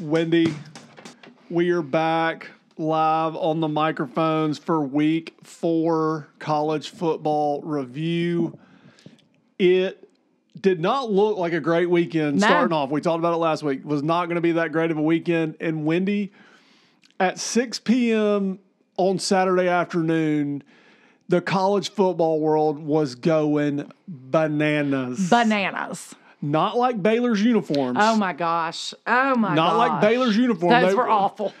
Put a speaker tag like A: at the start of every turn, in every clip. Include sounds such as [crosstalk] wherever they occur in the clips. A: Wendy, we are back live on the microphones for week four college football review. It did not look like a great weekend
B: No.
A: starting off. We talked about it last week. Was not going to be that great of a weekend. And Wendy, at 6 p.m. on Saturday afternoon, the college football world was going bananas.
B: Bananas.
A: not like Baylor's uniforms.
B: Oh my gosh. Oh my
A: Not like
B: gosh.
A: Baylor's uniform.
B: Those
A: They-
B: were awful.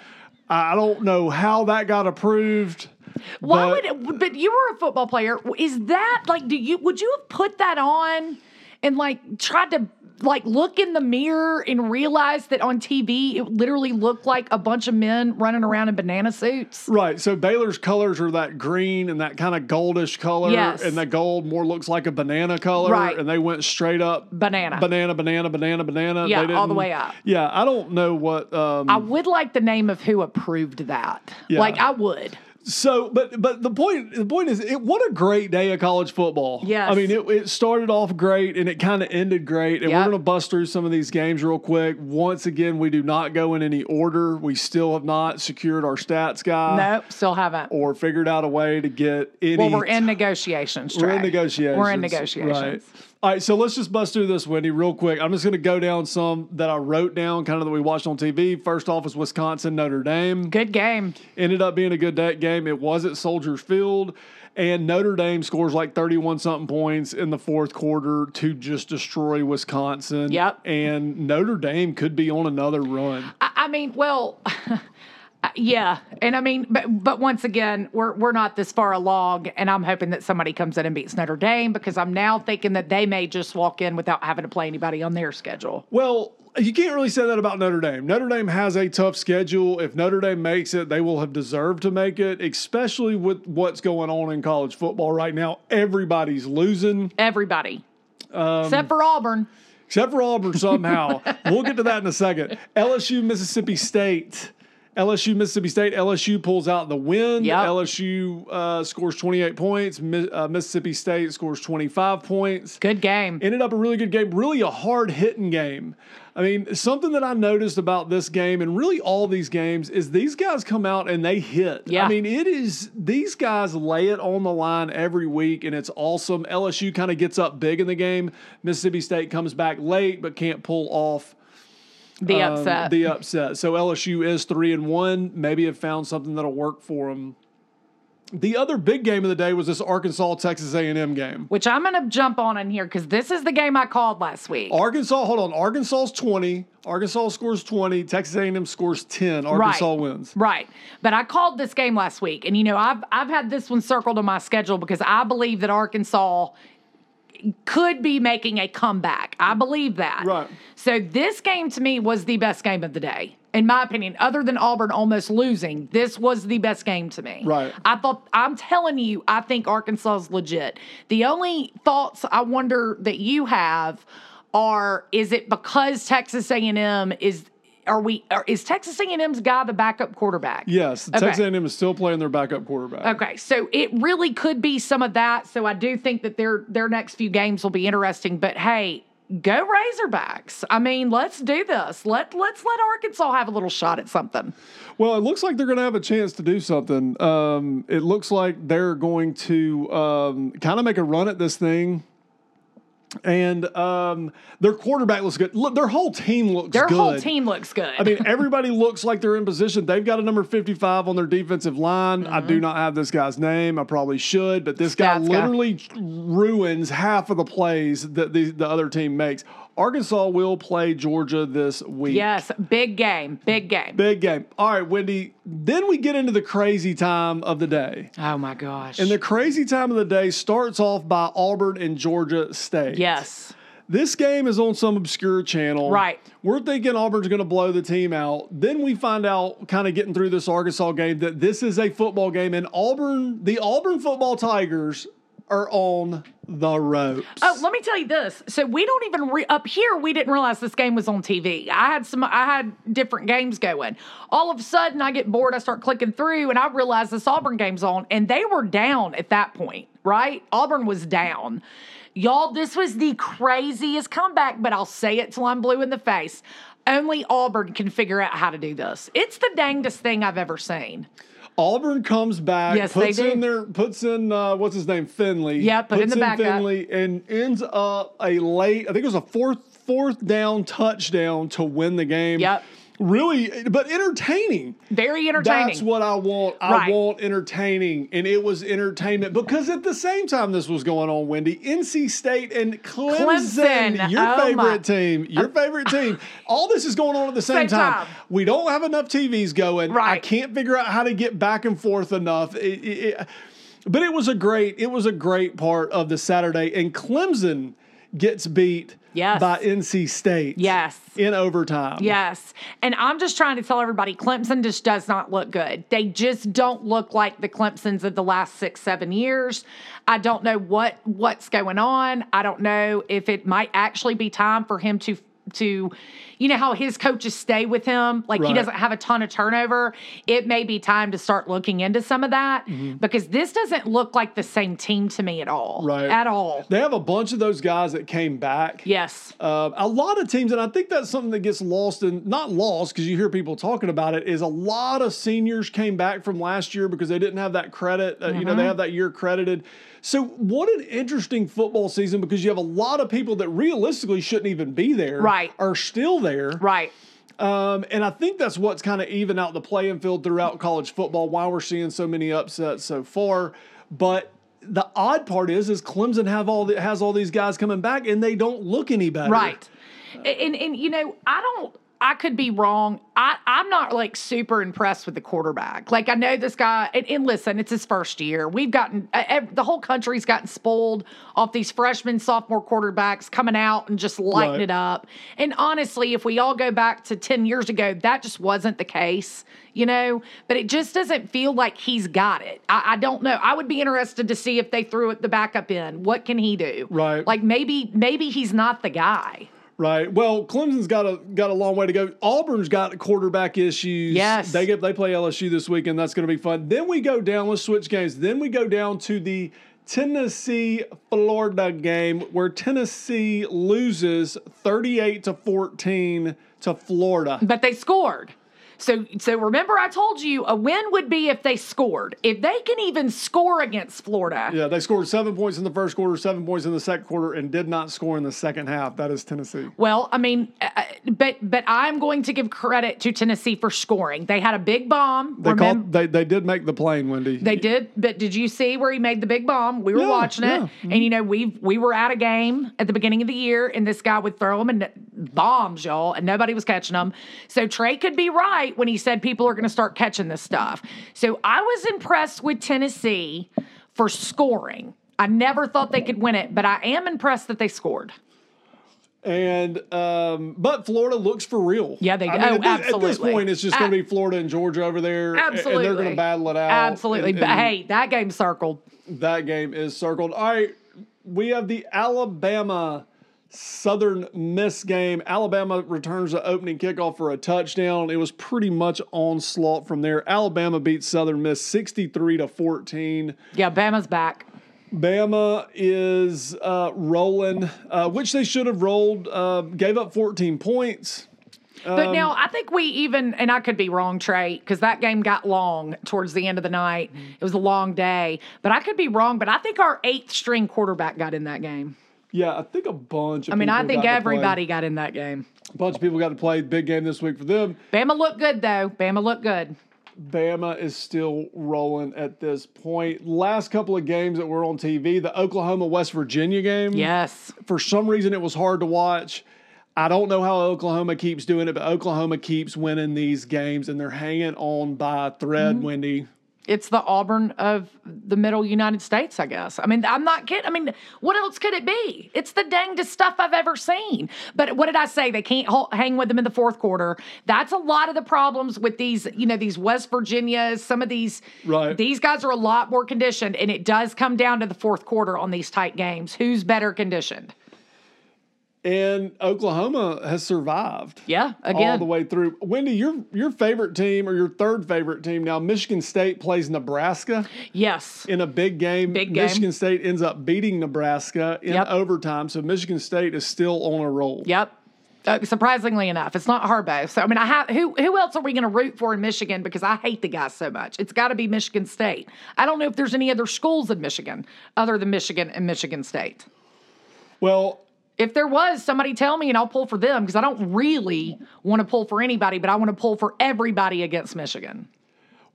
A: I don't know how that got approved.
B: Why
A: but-
B: would it, but you were a football player. Is that like do you would you have put that on and like tried to like look in the mirror and realize that on TV it literally looked like a bunch of men running around in banana suits?
A: Right. So Baylor's colors are that green and that kind of goldish color.
B: Yes.
A: And the gold more looks like a banana color.
B: Right.
A: And they went straight up
B: Banana.
A: banana, banana, banana, banana.
B: Yeah,
A: They
B: all the
A: didn't-
B: way up.
A: Yeah. I don't know what. Um,
B: I would like the name of who approved that.
A: Yeah.
B: Like I would.
A: so, but but the point the point is, it what a great day of college football.
B: Yes.
A: I mean, it, it started off great and it kind of ended great. And
B: Yep.
A: we're gonna bust through some of these games real quick. Once again, we do not go in any order. We still have not secured our stats guy.
B: nope, still haven't.
A: or figured out a way to get any.
B: Well, we're in negotiations.
A: We're in
B: Trey.
A: negotiations.
B: We're in negotiations.
A: Right. All right, so let's just bust through this, Wendy, real quick. I'm just going to go down some that I wrote down, kind of that we watched on TV. First off is Wisconsin Notre Dame.
B: Good game.
A: Ended up being a good day game. It was at Soldier Field, and Notre Dame scores like 31 something points in the fourth quarter to just destroy Wisconsin.
B: Yep.
A: And Notre Dame could be on another run.
B: I, I mean, well, [laughs] uh, yeah, and I mean, but but once again, we're we're not this far along, and I'm hoping that somebody comes in and beats Notre Dame because I'm now thinking that they may just walk in without having to play anybody on their schedule.
A: Well, you can't really say that about Notre Dame. Notre Dame has a tough schedule. If Notre Dame makes it, they will have deserved to make it, especially with what's going on in college football right now. Everybody's losing,
B: Everybody,
A: Um,
B: except for Auburn.
A: except for Auburn somehow. we'll get to that in a second. LSU, Mississippi State. LSU, Mississippi State. LSU pulls out the win.
B: Yep.
A: LSU uh, scores 28 points. Mi- uh, Mississippi State scores 25 points.
B: Good game.
A: Ended up a really good game, really a hard hitting game. I mean, something that I noticed about this game and really all these games is these guys come out and they hit.
B: Yeah.
A: I mean, it is, these guys lay it on the line every week and it's awesome. LSU kind of gets up big in the game. Mississippi State comes back late but can't pull off
B: the
A: um,
B: upset.
A: the upset. So LSU is three and one. Maybe have found something that'll work for them. The other big game of the day was this Arkansas Texas A&M game.
B: which I'm going to jump on in here because this is the game I called last week.
A: Arkansas, hold on. Arkansas's 20. Arkansas scores 20. Texas A&M scores 10. Arkansas wins.
B: Right. But I called this game last week, and you know, I've I've had this one circled on my schedule because I believe that Arkansas could be making a comeback. I believe that.
A: Right.
B: So this game to me was the best game of the day. In my opinion, other than Auburn almost losing, this was the best game to me.
A: Right.
B: I thought I'm telling you, I think Arkansas is legit. The only thoughts I wonder that you have are: is it because Texas A&M is? Are we? Are, is Texas A&M's guy the backup quarterback?
A: Yes,
B: Okay.
A: Texas A&M is still playing their backup quarterback.
B: Okay, so it really could be some of that. So I do think that their their next few games will be interesting. But hey, go Razorbacks! I mean, let's do this. Let let's let Arkansas have a little shot at something.
A: Well, it looks like they're going to have a chance to do something. Um, it looks like they're going to um, kind of make a run at this thing. And um, their quarterback looks good. Look, their whole team looks
B: Their
A: good.
B: whole team looks good.
A: I mean, everybody looks like they're in position. They've got a number 55 on their defensive line. I do not have this guy's name. I probably should, but this guy
B: Stats Mm-hmm. guy.
A: literally ruins half of the plays that the, the other team makes. Arkansas will play Georgia this week.
B: yes, big game, big game.
A: Big game. All right, Wendy. Then we get into the crazy time of the day.
B: oh my gosh!
A: And the crazy time of the day starts off by Auburn and Georgia State.
B: yes,
A: This game is on some obscure channel.
B: Right.
A: We're thinking Auburn's going to blow the team out. Then we find out, kind of getting through this Arkansas game, that this is a football game, and Auburn, the Auburn football Tigers, are on the ropes.
B: Oh, let me tell you this. So we don't even re- up here. We didn't realize this game was on TV. I had some. I had different games going. All of a sudden, I get bored. I start clicking through, and I realize this Auburn game's on, and they were down at that point. right? Auburn was down. Y'all, this was the craziest comeback, but I'll say it till I'm blue in the face. Only Auburn can figure out how to do this. It's the dangest thing I've ever seen.
A: Auburn comes back,
B: Yes, they
A: puts
B: do.
A: in their puts in uh, what's his name Finley.
B: Yeah, put
A: puts
B: in the backup.
A: Finley and ends up a late. I think it was a fourth fourth down touchdown to win the game.
B: Yep.
A: Really, but entertaining.
B: Very entertaining.
A: That's what I want. I
B: Right.
A: want entertaining, and it was entertainment because at the same time this was going on, Wendy, NC State and Clemson,
B: Clemson.
A: your
B: Oh,
A: favorite
B: my.
A: team, your favorite team. All this is going on at the same,
B: Same
A: time.
B: time.
A: We don't have enough TVs going. I
B: Right.
A: can't figure out how to get back and forth enough. It- it- it- but it was a great, it was a great part of the Saturday, and Clemson gets beat
B: Yes.
A: by NC State.
B: Yes.
A: in overtime.
B: Yes. And I'm just trying to tell everybody Clemson just does not look good. They just don't look like the Clemsons of the last 6 7 years. I don't know what what's going on. I don't know if it might actually be time for him to to you know how his coaches stay with him like
A: Right.
B: he doesn't have a ton of turnover it may be time to start looking into some of that
A: Mm-hmm.
B: because this doesn't look like the same team to me at all.
A: Right.
B: at all
A: They have a bunch of those guys that came back.
B: yes
A: Uh, a lot of teams, and I think that's something that gets lost and not lost because you hear people talking about it. Is a lot of seniors came back from last year because they didn't have that credit. Uh, You know,
B: Mm-hmm.
A: they have that year credited. So, what an interesting football season because you have a lot of people that realistically shouldn't even be there,
B: Right.
A: Are still there,
B: right
A: um, and I think that's what's kind of even out the playing field throughout college football. Why we're seeing so many upsets so far, but the odd part is, is Clemson have all the, has all these guys coming back and they don't look any better.
B: Right. And and you know, I don't I could be wrong. I, I'm not like super impressed with the quarterback. Like I know this guy, and, and listen, it's his first year. We've gotten uh, ev- the whole country's gotten spoiled off these freshman, sophomore quarterbacks coming out and just lighting
A: Right.
B: it up. And honestly, if we all go back to ten years ago, that just wasn't the case, you know. But it just doesn't feel like he's got it. I, I don't know. I would be interested to see if they threw it the backup in. What can he do?
A: Right.
B: Like maybe maybe he's not the guy.
A: Right. Well, Clemson's got a got a long way to go. Auburn's got quarterback issues.
B: Yes.
A: They get they play LSU this weekend. That's going to be fun. Then we go down. Let's switch games. Then we go down to the Tennessee Florida game where Tennessee loses thirty eight to fourteen to Florida.
B: But they scored. So so remember I told you a win would be if they scored. If they can even score against Florida.
A: Yeah, they scored seven points in the first quarter, seven points in the second quarter, and did not score in the second half. That is Tennessee.
B: Well, I mean, uh, uh, but but I'm going to give credit to Tennessee for scoring. They had a big bomb.
A: They
B: Remem-
A: called, they they did make the plane, Wendy.
B: They did, but did you see where he made the big bomb? We were
A: Yeah,
B: watching it,
A: yeah.
B: and you know we we were at a game at the beginning of the year, and this guy would throw him and bombs, y'all, and nobody was catching them. So Trey could be right when he said people are going to start catching this stuff. So I was impressed with Tennessee for scoring. I never thought they could win it, but I am impressed that they scored.
A: And um, but Florida looks for real.
B: Yeah, they-
A: I mean,
B: oh,
A: at, this, at this
B: absolutely.
A: point, it's just going to be Florida and Georgia over there. a- and
B: Absolutely,
A: they're going to battle it out.
B: Absolutely,
A: and-
B: but
A: and
B: hey, that game circled.
A: that game is circled. All right, we have the Alabama Southern Miss game. Alabama returns the opening kickoff for a touchdown. It was pretty much onslaught from there. Alabama beats Southern Miss sixty-three to fourteen.
B: Yeah, Bama's back.
A: Bama is uh, rolling, uh, which they should have rolled. Uh, gave up fourteen points.
B: But now I think we even, and I could be wrong, Trey, because that game got long towards the end of the night. It was a long day, but I could be wrong. But I think our eighth string quarterback got in that game.
A: Yeah, I think a bunch. Of
B: I mean, I think
A: everybody.
B: everybody got in that game.
A: A bunch of people got to play big game this week for them.
B: Bama looked good though. Bama looked good.
A: Bama is still rolling at this point. Last couple of games that were on TV, the Oklahoma West Virginia game.
B: Yes.
A: For some reason, it was hard to watch. I don't know how Oklahoma keeps doing it, but Oklahoma keeps winning these games, and they're hanging on by a thread.
B: Mm-hmm.
A: Wendy,
B: It's the Auburn of the middle United States, I guess. I mean, I'm not kidding. I mean, what else could it be? It's the dangest stuff I've ever seen. But what did I say? They can't ho- hang with them in the fourth quarter. That's a lot of the problems with these, you know, these West Virginias, some of these.
A: Right.
B: These guys are a lot more conditioned, and it does come down to the fourth quarter on these tight games. Who's better conditioned?
A: and Oklahoma has survived
B: Yeah,
A: all
B: again.
A: the way through. Wendy, your your favorite team or your third favorite team now? Michigan State plays Nebraska
B: yes.
A: in a big game.
B: Big game.
A: Michigan State ends up beating Nebraska in
B: Yep.
A: overtime, so Michigan State is still on a roll.
B: Yep. Uh, surprisingly enough, it's not Harbaugh. So I mean, I have who who else are we going to root for in Michigan? Because I hate the guy so much. It's got to be Michigan State. I don't know if there's any other schools in Michigan other than Michigan and Michigan State.
A: Well,
B: If there was, somebody tell me and I'll pull for them because I don't really want to pull for anybody, but I want to pull for everybody against Michigan.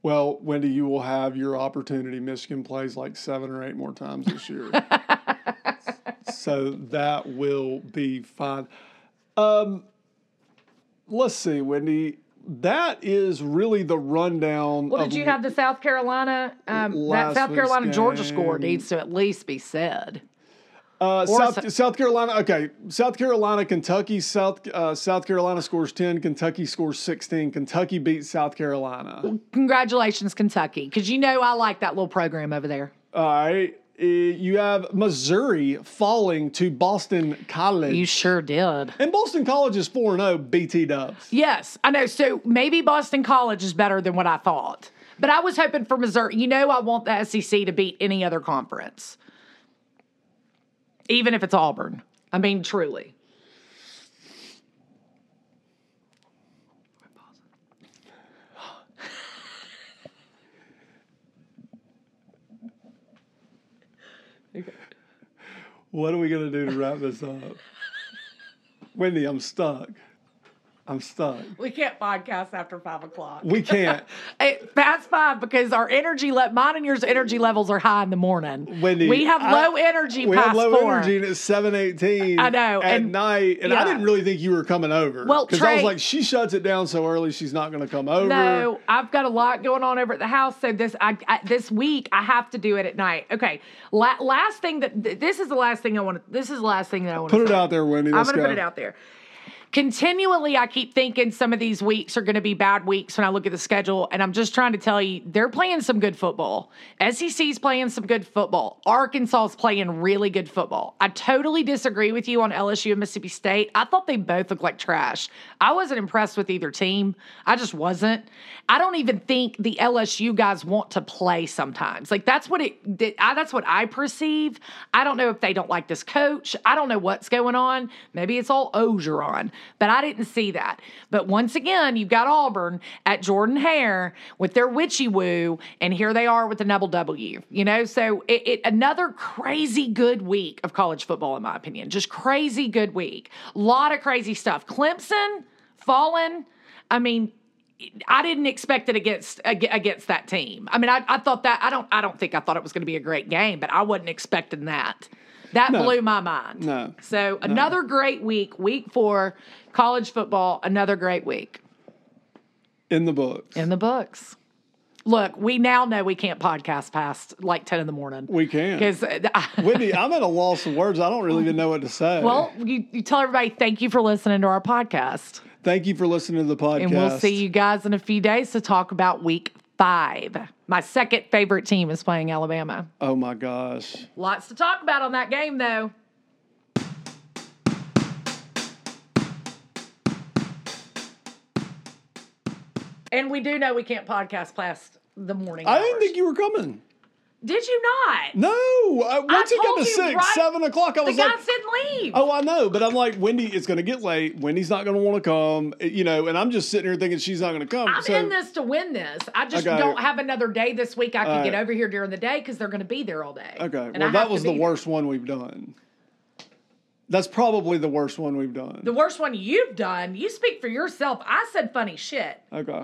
A: well, Wendy, you will have your opportunity. Michigan plays like seven or eight more times this
B: [laughs]
A: year, so that will be fine. Um, let's see, Wendy. That is really the rundown.
B: Well,
A: of
B: did you have the South Carolina? Um,
A: Um,
B: that
A: Last
B: South
A: week's
B: Carolina Georgia
A: game.
B: score needs to at least be said.
A: Uh, South,
B: Sa-
A: South Carolina, okay. South Carolina, Kentucky. South uh, South Carolina scores ten. Kentucky scores sixteen. Kentucky beats South Carolina.
B: Congratulations, Kentucky, because you know I like that little program over there.
A: All right. Uh, You have Missouri falling to Boston College,
B: You sure did.
A: and Boston College is four zero. BT Dubs.
B: Yes, I know. So maybe Boston College is better than what I thought. But I was hoping for Missouri. You know, I want the SEC to beat any other conference, even if it's Auburn. I mean, truly.
A: What are we gonna do to wrap this up,
B: [laughs]
A: Wendy? I'm stuck. I'm stuck.
B: We can't podcast after five o'clock.
A: We can't,
B: It, past five because our energy le- mine and yours energy levels are high in the morning.
A: Wendy.
B: we have
A: I-
B: low energy.
A: We
B: past
A: have low
B: four.
A: energy, and it's seven eighteen.
B: I know,
A: at
B: and-
A: night, and I
B: yeah.
A: didn't really think you were coming over.
B: Well,
A: because I was
B: Trey-
A: like, she shuts it down so early, she's not going to come over.
B: No, I've got a lot going on over at the house. So this I, I this week I have to do it at night. Okay. La- last thing that th- this is the last thing I want. to This is the last thing that I want.
A: Put it out there, Wendy.
B: I'm
A: Let's
B: going to
A: go.
B: put it out there. Continually, I keep thinking some of these weeks are going to be bad weeks when I look at the schedule, and I'm just trying to tell you they're playing some good football. SEC's playing some good football. Arkansas's playing really good football. I totally disagree with you on LSU and Mississippi State. I thought they both looked like trash. I wasn't impressed with either team. I just wasn't. I don't even think the LSU guys want to play sometimes. Like that's what it. that- I, that's what I perceive. I don't know if they don't like this coach. I don't know what's going on. Maybe it's all Ogeron, but I didn't see that. But once again, you've got Auburn at Jordan Hare with their witchy woo, and here they are with the double W. You know, so it, it another crazy good week of college football, in my opinion. Just crazy good week. lot of crazy stuff. Clemson fallen. I mean, I didn't expect it against ag- against that team. I mean, I, I thought that I don't I don't think I thought it was going to be a great game, but I wasn't expecting that. That blew my mind.
A: No.
B: So another great week, week four, college football. Another great week
A: in the books.
B: in the books. Look, we now know we can't podcast past like ten in the morning uh,
A: we can.
B: because I,
A: Wendy, I'm at a loss of words. I don't really even know what to say.
B: [laughs] well, you, you tell everybody thank you for listening to our podcast,
A: thank you for listening to the podcast.
B: and we'll see you guys in a few days to talk about week five. My second favorite team is playing Alabama.
A: Oh my gosh.
B: Lots to talk about on that game, though. And we do know we can't podcast past the morning.
A: I didn't
B: hours.
A: think you were coming.
B: Did you not?
A: No. I, once it got
B: told
A: to
B: you
A: six,
B: right-
A: seven o'clock, I
B: the
A: was
B: guy
A: like,
B: said leave.
A: Oh, I know, but I'm like, Wendy, it's going to get late. Wendy's not going to want to come, you know, and I'm just sitting here thinking she's not going to come.
B: I'm
A: so,
B: in this to win this. I just
A: Okay.
B: don't have another day this week I can
A: All
B: get
A: right.
B: over here during the day because they're going to be there all day.
A: Okay.
B: And
A: Well,
B: I have
A: that
B: to
A: was
B: be
A: the
B: there.
A: worst one we've done. That's probably the worst one we've done.
B: The worst one you've done. You speak for yourself. I said funny shit.
A: okay.